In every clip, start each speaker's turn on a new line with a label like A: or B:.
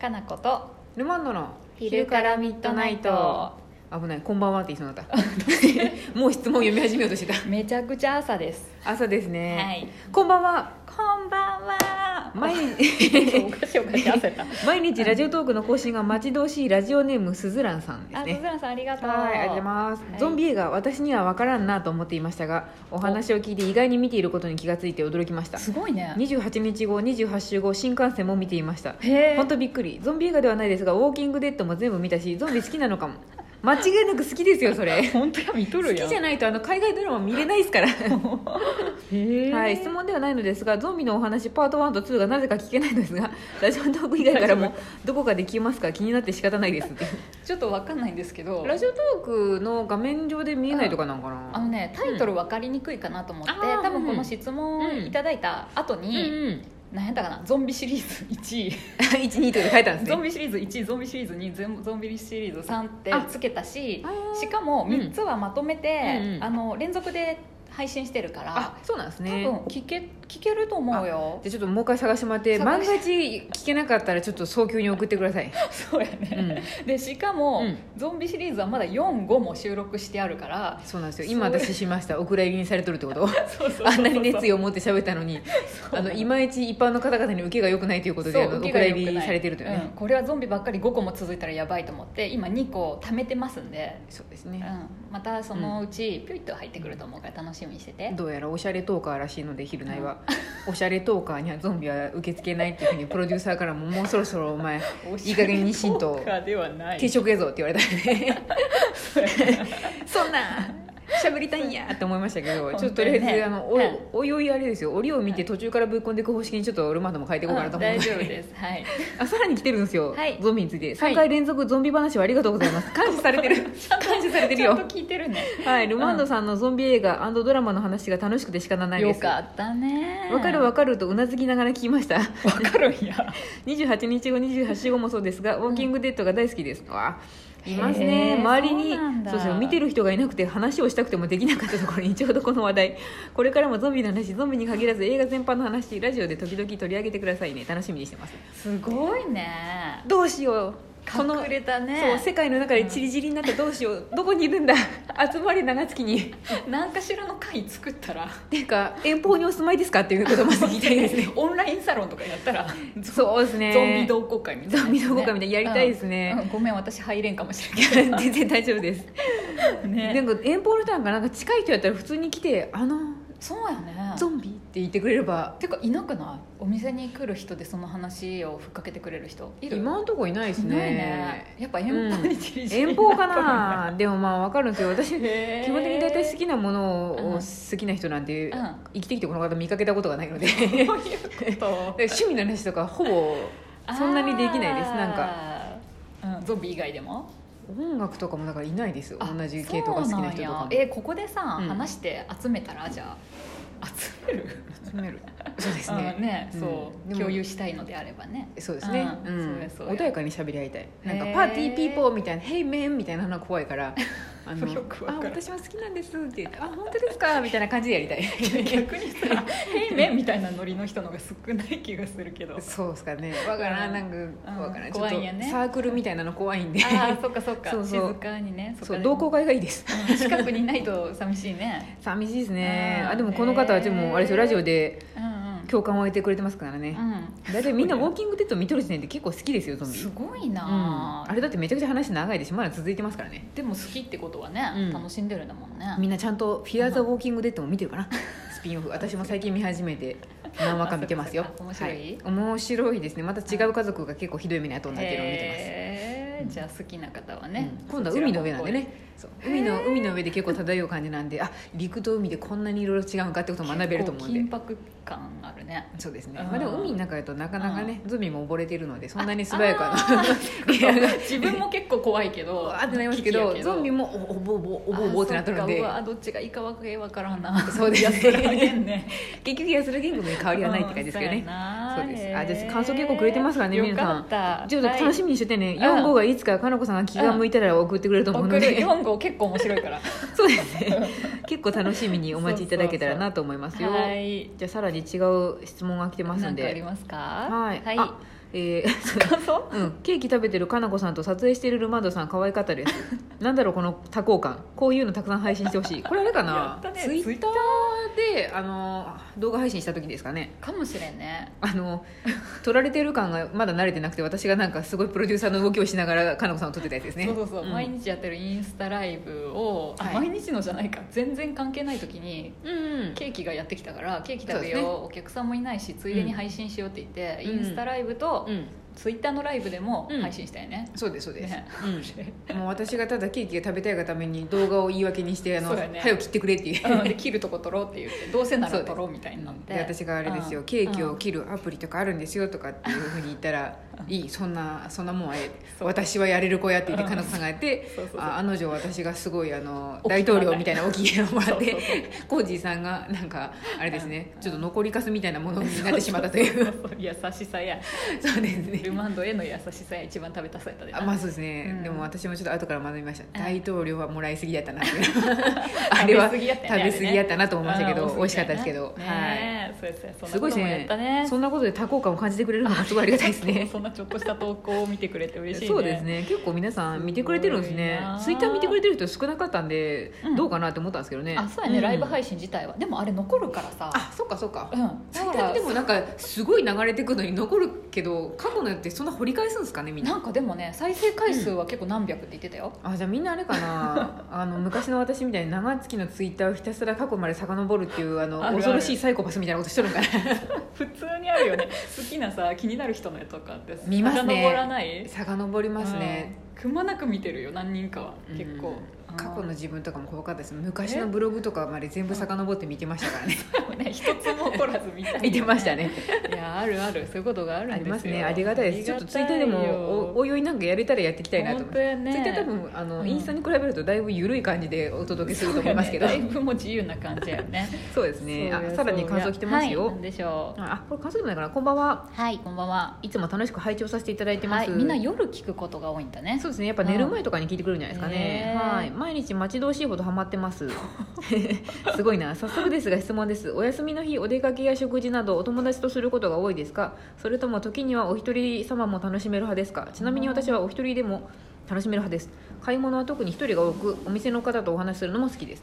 A: かなこと
B: ルマンドの
A: 昼からミッドナイト
B: 危ないこんばんはって言いそうになった もう質問読み始めようとしてた
A: めちゃくちゃ朝です
B: 朝ですね、
A: はい
B: こんばんは
A: こんばんは
B: 毎
A: お
B: 日
A: かしいおかしい焦った
B: 毎日ラジオトークの更新が待ち遠しいラジオネームすずらんさんです
A: あ、
B: ね
A: 鈴蘭さんありがとう
B: はい、ありがとうございます、
A: はい
B: ゾンビ映画私には分からんなと思っていましたがお話を聞いて意外に見ていることに気がついて驚きました
A: すごいね
B: 28日後28週後新幹線も見ていました
A: へえ
B: 本当びっくりゾンビ映画ではないですがウォーキングデッドも全部見たしゾンビ好きなのかも間違いなく好きですよそれ
A: 本当や見と
B: 好
A: るや
B: きじゃないとあの海外ドラマ見れないですから、
A: へえ
B: はい、質問ではないのですがゾンビのお話パート1と2がなぜか聞けないのです がラジオトーク以外からもどこかできますか気になって仕方ないですっていう
A: ちょっとわかんないんですけど
B: ラジオトークの画面上で見えないとかなんかな
A: あのねタイトルわかりにくいかなと思って、
B: うんあー
A: 多分この質問いただいた後
B: うんう
A: に、
B: ん
A: なん、何やったかなゾンビシリーズ1位
B: 12とか書いたんです
A: ゾン
B: ね
A: ビシリーズ1ゾンビシリーズ2ゾンゾンビシリーズ3って
B: あ
A: つけたし
B: あー
A: しかも
B: うん
A: 3つはまとめて、
B: うんうん
A: あの連続で配信してるから
B: あ、そうなんです
A: 多
B: ね
A: 分聞け聞けると思うよ
B: じゃあちょっともう一回探してもらって
A: 探
B: 万が一聞けなかったらちょっと早急に送ってください、
A: そうや
B: う
A: ね、
B: ん、
A: でしかも、
B: うん
A: ゾンビシリーズはまだ45も収録してあるから
B: そうなんですよ今
A: そう
B: 私しましたお蔵入りにされとるってこと
A: そうそうそうそう
B: あんなに熱意を持って喋ったのに
A: そう
B: あのいまいち一般の方々に受けが良くないということで
A: そう
B: あのお
A: 受け
B: 蔵
A: が良く
B: 入
A: ない
B: りされてるというね、
A: うんこれはゾンビばっかり5個も続いたらやばいと思って今2個貯めてますんで、
B: そうです
A: うん
B: ね、、
A: またそのうちピュイッと入ってくると思うから楽しみにしてて、
B: どうやらおしゃれトーカーらしいので昼内は、おしゃれトーカーにはゾンビは受け付けないっていうふうにプロデューサーからももうそろそろお前いい加減にしんと
A: ではない
B: 定食やぞって言われたん でそんな喋りたいんやって思いましたけど、
A: 本当
B: ちょ
A: にね
B: っととりあえずあのお,、
A: はい
B: おいおいあれですよ折を見て途中からぶっ込んでいく方式にちょっとルマンドも変えていこうかなと思う
A: 大
B: ので
A: 丈夫ですはい
B: あ さらに来てるんですよ、
A: はい
B: ゾンビについて3
A: はい
B: 回連続ゾンビ話をありがとうございます感謝されてる感謝されてる
A: ちゃん
B: よ
A: と聞いてるね
B: はいルマンドさんのゾンビ映画ドラマの話が楽しくて仕方ないで
A: よ
B: す
A: かったね
B: わかるわかるとうなずきながら聞き ました
A: わかるんや
B: 28日後28日後もそうですがウォーキングデッドが大好きです、わあいます
A: へ
B: ね
A: ー
B: 周りに
A: そうなんだ
B: そうそう見てる人がいなくて話をしたくてもできなかったところにちょうどこの話題これからもゾンビの話ゾンビに限らず映画全般の話ラジオで時々取り上げてくださいね楽しみにしてます
A: すごいね
B: どうしようこの
A: 隠れた
B: そう
A: ね
B: 世界の中でチリチリになってどうしようどこにいるんだ集まれ長月にっ
A: 何かしらの会作ったら
B: ていうか遠方にお住まいですかっていうことをまず聞きたいですね
A: オンラインサロンとかやったらゾ
B: そうですね
A: ゾンビ同好会みたいなやつね、
B: ゾンビ同好会みたいなやりたいですね
A: うんうんごめん私入れんかもしれん
B: 全然大丈夫です
A: けどね
B: なんか遠方の人なんかなんか近い人やったら普通に来て「あの
A: そうやね
B: ゾンビ?」って言ってくれれば
A: てかいなくないお店に来る人でその話をふっかけてくれる人いる
B: 今のとこいないです
A: い
B: ね
A: ないねやっぱ 遠方にチリチリ
B: 遠方かな でもまあ分かるんですよ私基
A: へー
B: 本的に大体好きなもの
A: うん
B: を好きな人なんて
A: うん
B: 生きてきてこの方見かけたことがないの で
A: そういうこと
B: で趣味の話とかほぼそんなにできないですなんか
A: か、うん、ゾンビ以外でも
B: 音楽とかもだからいないですよ
A: あ
B: 同じ系統が好きな人と
A: そう
B: か
A: ん
B: も
A: やえここでさ、
B: うん
A: 話して集めたらじゃあ集める
B: 集めるそうですね
A: うんね
B: うん
A: そう、
B: でも
A: 共有したいのであれば ね
B: そうですね、
A: う
B: うんん
A: そうやそうや
B: 穏やかに喋り合いたいなんか
A: へー
B: パーティーピーポーみたいな「ヘイメン」みたいなのは怖 いから「あの
A: よくわ
B: あ
A: からん
B: 私は好きなんです」って言って「あ本当ですか」みたいな感じでやりたい
A: 逆にさ「平面」みたいなノリの人の方が少ない気がする けど
B: そうですかねわからんなんか
A: うん
B: わからん
A: 怖いんやね
B: ちょっとサークルみたいなの怖いんで
A: ああそっかそっか
B: そうそう
A: 静かにね
B: そう同好
A: が
B: 会がいいです
A: 近くにないと寂しいね
B: 寂しいですね
A: うん
B: あでもこの方はでもあれですよ
A: へー
B: ラジオで
A: うんうん
B: 共感を得てくれてますからね
A: うん
B: 大体みんなウォーキングデッド見とる時点で結構好きですよゾンビ
A: すごい
B: うん
A: な
B: あ
A: あ、
B: れだってめちゃくちゃ話長いですしまだ続いてますからね
A: でも好きってことはね、
B: うん
A: 楽しんでるんだもんね
B: みんなちゃんと「フィアーザ・ウォーキング・デッド」も見てる かなスピンオフ私も最近見始めて何話か見てますよ
A: あそっか面白い
B: は面白いですねまた違う家族が結構ひどい目に遭っとんだっていうのを見て
A: へーじゃあ好きな方は
B: ます、
A: ね、
B: うん今度は海の上なんでねそう海
A: へ
B: の海の上で結構漂う感じなんであ陸と海でこんなにいろいろ違うんかってことを学べると思うんで
A: 結構緊迫感あるね
B: そうですね、
A: うん
B: まあ、でも海の中だとなかなかねゾンビも溺れてるのでそんなに素早くあ のリアが
A: 自分も結構怖いけど
B: あってなりますけ
A: 好
B: ど
A: きや
B: ゾンビもおおぼおぼおぼおぼってなってるん
A: あそ
B: で
A: っかうわどっちがいいかわけわからんな
B: そうです
A: やそらげんね
B: 結局安田言語に変わりはないって感じですけどね、そうですあじゃあ感想結構くれてますからね皆さん
A: ん
B: ちょっと楽しみにしててね、
A: い
B: 4号がいつかかのこさんが気が向いたら送ってくれると思うの
A: 送る
B: で、
A: 4号結構面白いから
B: そうですね結構楽しみにお待ちいただけたらなと思いますよ
A: はい
B: じゃあさらに違う質問が来てます
A: なんんかあり
B: で
A: ますか
B: はい、
A: はい
B: あえーそう
A: 感想
B: うん、ケーキ食べてるかなこさんと撮影してるルマンドさん可愛かっ たですなんだろうこの多幸感こういうのたくさん配信してほしいこれあれか
A: や
B: な、
A: ったね
B: ツイッタ
A: Twitter
B: ーであの動画配信した時ですかね
A: かもしれんね
B: あの撮られてる感がまだ慣れてなくて私がなんかすごいプロデューサーの動きをしながらかなこさんを撮ってたやつですね
A: そうそうそう、
B: ん
A: 毎日やってるインスタライブを、あ
B: はい
A: 毎日のじゃないか全然関係ない時に
B: うんうん
A: ケーキがやってきたからケーキ
B: そ
A: 食
B: うで
A: べ
B: す
A: よ
B: ね
A: うお客さんもいないしついでに配信しようって言って、
B: うん
A: インスタライブと
B: うん
A: ツイッターのライブでも
B: うん
A: 配信したよね、
B: そうですそうです、
A: ね
B: うん、もう私がただケーキが食べたいがために動画を言い訳にしてあの、
A: そうだね
B: 早く切ってくれってい う
A: うんで切るとこ取ろうって言ってどうせな
B: そう
A: ら
B: です
A: 取ろうみたいになって
B: で私があれですよ、
A: うん
B: ケーキ を切るアプリとかあるんですよとかっていうふうに言っ たら「いいそんなそんなもんはええ
A: そう
B: 私はやれる子や」って言って
A: うん
B: 彼女さんがやって
A: そうそうそう
B: ああの女私がすごいあの
A: お気
B: 大
A: に
B: 統
A: 入らない
B: 領みたいな大きいのをもらっ
A: そうそう
B: てコージーさんがなんかあれですね
A: うん
B: ちょっと残りかすみたいなものになってしまったという
A: 優しさや
B: そうですね
A: ルマンドへの優しさや一番食べたさやったでな
B: あまあそうですね、
A: うん
B: でも私もちょっと後から学びました、
A: うん
B: 大統領はもらいすぎ だったなっていうあれは
A: 食べ過ぎやったよね
B: 食べ過ぎやったなと思いましたけ
A: う
B: ど
A: ん
B: 美味しかったですけど、
A: ね
B: はい。
A: ねそうですねそん
B: す
A: なこ
B: ごい
A: ともやったね
B: そんなことで多幸感を感じてくれるのがすごいありがたいですね
A: そんなちょっとした投稿を見てくれて嬉しいね
B: そうですね結構皆さん見てくれてるんです
A: すご
B: ね
A: いなあ
B: ツイッター見てくれてる人少なかったんで、
A: うん
B: どうかなって思ったんですけどね
A: あそうやね、ライブ配
B: 信
A: 信自体はでもあれ残るからさ
B: あそっかそっか、
A: うん
B: ツ
A: だ
B: イッ
A: か
B: ター
A: ら
B: でもなんかすごい流れてくのに残るけど過去のやつってそんな掘り返すんですかねみんな
A: なんかでもね再生回数は結構何百って言ってたよ、
B: あじゃあみんなあれかな あの昔の私みたいに長月のツイッターをひたすら過去まで遡るっていうあの
A: あるある
B: 恐ろしいサイコパスみたいなことしとるんかな
A: 普通にあるよね好きなさ気になる人の絵とかって
B: 見ますね
A: 遡らない
B: 遡りますね、
A: うんくまなく見てるよ何人かは
B: うん
A: 結構、うん
B: 過去の自分とかも怖かったです昔のブログとかまで全部遡って見てました からね
A: でもね一つも怒らず見たいよね
B: 見てましたね
A: いやあるあるそういうことがあるんですよ
B: ありますねありがたいですちょっとツイッターで
A: ありがたい
B: も
A: よ
B: おおいおいなんかやれたらやっていきたいなと思っ
A: 本当
B: て、
A: やね
B: ツイッター多分あの、
A: うん
B: インスタに比べるとだいぶ緩い感じでお届けすると思いますけど
A: そ
B: そう
A: や
B: う,、
A: ねだいぶもう自由な感じやよね
B: ですね
A: そう
B: あ
A: や
B: さらに感想来てます
A: そうやはい
B: よ、
A: なんでしょう
B: あこれ感想でもないかなこんばんは
A: はいこんばんはい
B: つも楽しく拝聴させていただいてま
A: は
B: す、
A: いみんな夜聞くことが多いんだね
B: そうですねやっぱ寝る前とかに聞いてくるんじゃないですかね、
A: うん
B: はい毎日待ち遠しいほどハマってます すごいな早速ですが質問ですお休みの日お出かけや食事などお友達とすることが多いですかそれとも時にはお一人様も楽しめる派ですかちなみに私はお一人でも楽しめる派です買い物は特に一人が多くお店の方とお話しするのも好きです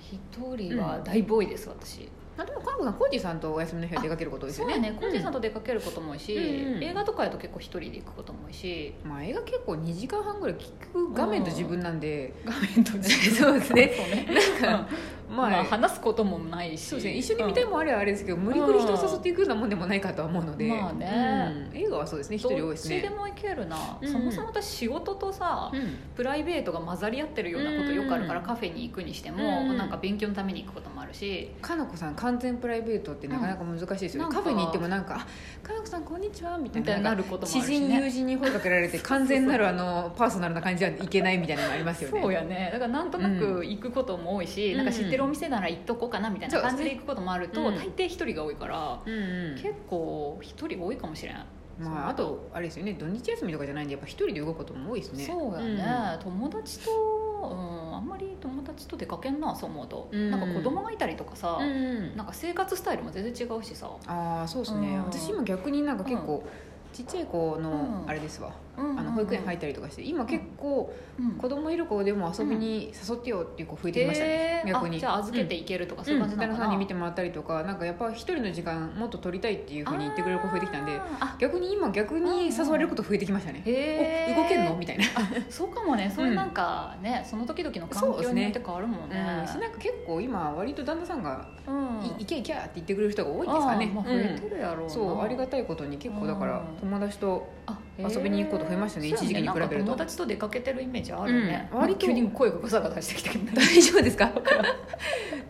A: 一人は大ボーイです私
B: あでも韓国さんコージーさんとお休みの日は出かけること多いです
A: そ
B: よ
A: う
B: ね
A: やねコージーさん
B: と、
A: と出かけることも多いし、
B: うんうん
A: 映画とかやと結構一人で行くことも多いし
B: まあ、映画結構2時間半ぐらい結局画面と自分なんで、
A: 画面と自分
B: そうですね
A: そうね
B: なんか
A: うん
B: ま
A: ま
B: あ、
A: あ、話すこともないし
B: そうですね一緒に見たい
A: うん
B: もんあれはあれですけど、無理くり人を誘っていくようなもんでもないかとは思うので、
A: まあね
B: うん映画はそうですね一人多いです
A: どっちで
B: ね
A: もいけるな、
B: うんうん
A: そもそも私仕事とさ、プライベートが混ざり合ってるようなことよくあるから、
B: うん
A: カフェに行くにしても、
B: うん
A: なんか勉強のために行くこともあるし、
B: かなこさん完全プライベートってなかなか難しいですよね、
A: うん
B: カフェに行ってもなんか「あかなこさんこんにちは」みたい
A: みた
B: ない
A: になることもあ
B: 知
A: るし、
B: 人
A: ね、
B: 友人に声かけられて完全なるあのパーソナルな感じではいけないみたいなのがありますよね
A: そうやねだからなんとな
B: う
A: く行くことも多いし、
B: うん
A: なんか知ってるお店なら行っとこうかなみたいな感じで行くこともあると、
B: そうですね
A: 大抵一人が多いから、
B: うんうん
A: 結構一人多いかもしれん、
B: まあ、あとあれですよね土日休みとかじゃないんでやっぱ一人で動くことも多いですね
A: そうやね、友達と、うん、あんまり友達と出かけんなそう思うと、
B: うん
A: なんか子供がいたりとかさ、
B: うんうん
A: なんか生活スタイルも全然違うしさ、
B: ああそうですね、
A: うん
B: 私今逆になんか結構、ちっちゃい子の
A: うん
B: あれですわ、
A: うんうんうん
B: あの保育園入ったりとかして今結構
A: うん
B: 子供いる子でも遊びに誘ってよっていう子増えてきましたね、
A: えー
B: 逆に
A: あじゃあ預けていけるとか、
B: うん
A: そういう感じな
B: 旦
A: の
B: 那
A: か
B: さ
A: な、
B: んに見てもらったりとかなんかやっぱ一人の時間もっと取りたいっていうふうに言ってくれる子増えてきたんで
A: あ
B: 逆に今逆に誘われること増えてきましたね、
A: ーへ
B: お
A: え
B: 動けんのみたいな、
A: そうかもねそういうなんかね、その時々の環境によって変わるもんね
B: うん、しなんか結構今割と旦那さんが
A: う
B: 「
A: ん
B: いいけいけ」って言ってくれる人が多いんですかね、
A: あーまあ、増えてるやろうな、
B: うんそうありがたいことに結構だから
A: うん
B: 友達と
A: あ
B: 遊びに行くこと増えましたね
A: そうや
B: 一時期に比べ
A: な
B: ると
A: んか友達と出かけてるイメージあるね、
B: うん
A: 割
B: 割
A: と
B: と
A: 急に声がガサガサしてきたけどね
B: 大丈夫ですか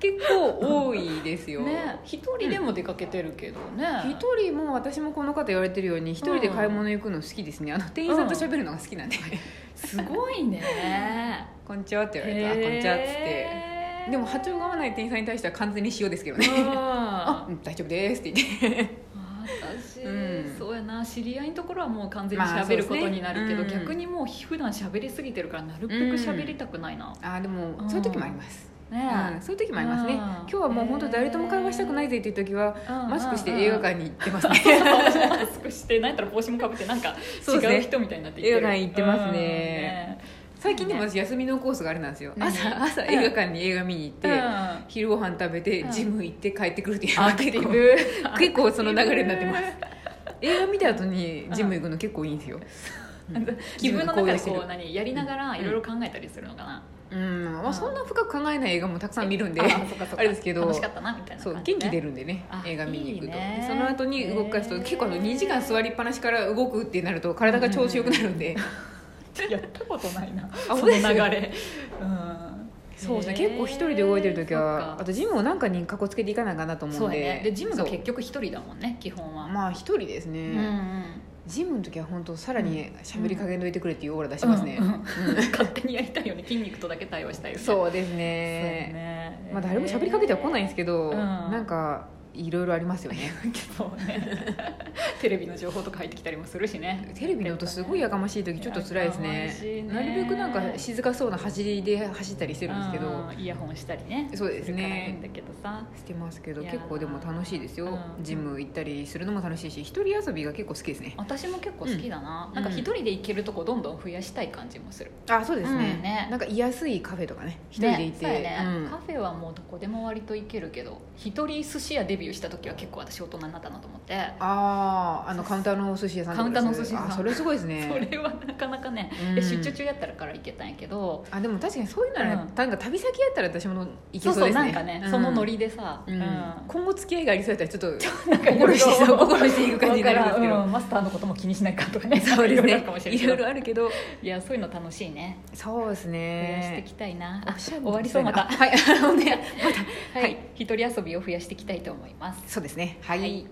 B: 結構多いですよ、
A: ね一人でも出かけてるけどね、
B: 一人も私もこの方言われてるように一人で買い物行くの好きですねあの店員さんと喋るのが好きなんで「
A: すごい ね
B: こんにちは」って言われて「あこんにちは」っつって
A: へー
B: でも波長が合わない店員さんに対しては完全に塩ですけどね
A: うん
B: 「あうん大丈夫です」って言って
A: 私、
B: うん
A: そうやな知り合いのところはもう完全に
B: まあ
A: 喋ることになるけど、
B: そうですねうん
A: 逆にもう普段喋りすぎてるからなるべく喋りたくないな、
B: ああでもそういう時もありますうん、そういう時もありますね
A: うん
B: 今日はもう本当誰とも会話したくないぜっていう時は
A: うん
B: マスクして映画館に行ってますね
A: そうそうマスクしてなんやったら帽子もかぶってなんか
B: そうですね
A: 違う人みたいになって行ってる
B: 映画館行ってますね
A: うん
B: 最近でも私休みのコースがあれなんですよ
A: 何
B: 朝朝映画館に映画見に行って、
A: うん
B: 昼ご飯食べて
A: うん
B: ジム行って帰ってくるっていうのが
A: アクティ
B: 結
A: ブ
B: 構結構その流れになってます映画見た後にジム行くの結構いいんですよ、うん
A: 自分の中でこう
B: う
A: 何やりながら
B: ん
A: いろいろ考えたりするのかな、
B: うん、まあ、そんな深く考えない映画もたくさん見るんで
A: あそっかそっか
B: あれですけど
A: 楽しかったなみたいな
B: そう
A: 感じ、
B: 元
A: ね、
B: 気出るんでね
A: あ
B: 映画見に行くと
A: いいね
B: でその後に動かすと
A: へー
B: 結構あの2時間座りっぱなしから動くってなると体が調子よくなるんで、
A: やったことないなそ
B: そう
A: の
B: です
A: 流
B: よ
A: れ、うん、
B: そうですね
A: へー
B: 結構一人で動いてる時は
A: そ
B: あ
A: っか
B: とジムをなんかにかこつけていかなあかんなと思
A: そううんや
B: で
A: ねでジムが
B: そう
A: 結局一人だもんね基本は、
B: まあ一人です
A: う
B: ね、
A: んうん
B: ジムの時は本当さらに喋り加減どいてくれっていうオーラ出しますね、
A: うんうん 勝手にやりたいよね筋肉とだけ対話したいよねう
B: そうです
A: そう
B: ね
A: ね
B: まあ誰も喋りかけては来ないんですけど、
A: うん
B: なんかいろいろありますよ ね
A: そうね テレビの情報とか入ってきたりもするしね
B: テレビの音すごいやかましい時ちょっと辛いで
A: や
B: すね
A: かましいね
B: なるべくなんか静かそうな走りで走ったりしてるんですけど、
A: うんイヤホンしたりね
B: そうですね
A: るからいいんだけどさ
B: してますけど
A: いやー
B: 結構でも楽しいですよ、
A: うん
B: ジム行ったりするのも楽しいし一人遊びが結構好きですね
A: 私も結構好きだな、
B: うん
A: なんか一人で行けるとこどんどん増やしたい感じもする
B: あそうですね,、
A: うんね
B: なんか居やすいカフェとかね一人で行って、
A: ねそうやね
B: うん
A: カフェはもうどこでも割と行けるけど一人寿司屋デビューした時は結構私大人になったなと思って、
B: あああのカウンターのお寿司屋さんとかです
A: カウンターのお寿司屋さん
B: あそれすごいですね
A: それはなかなかね、
B: うん
A: で出張中やったらから行けたんやけど
B: あでも確かにそういうなら、
A: うん
B: なんか旅先やったら私も行け
A: そう
B: そう
A: そう
B: ですね
A: なんかね、そのノリでさ、
B: うん
A: うん
B: 今後付き合いがありそうやったらちょっと
A: なんかいろい
B: 心
A: ろ
B: してそう心していく感じになるんですけ
A: だから
B: ど
A: うんマスターのことも気にしないかとかね
B: そう
A: いろい
B: です
A: ろあるかもしれ
B: ね
A: ないけ
B: いろ
A: ど
B: いろあるけど
A: いやそういうの楽しいね
B: そうです
A: 増やしてい
B: ね
A: きたいな、あ
B: おしゃれ
A: 終わりそうまた
B: はいあのねまた
A: はい、一人遊びを増やしていきたいと思います
B: そうですねはい
A: はい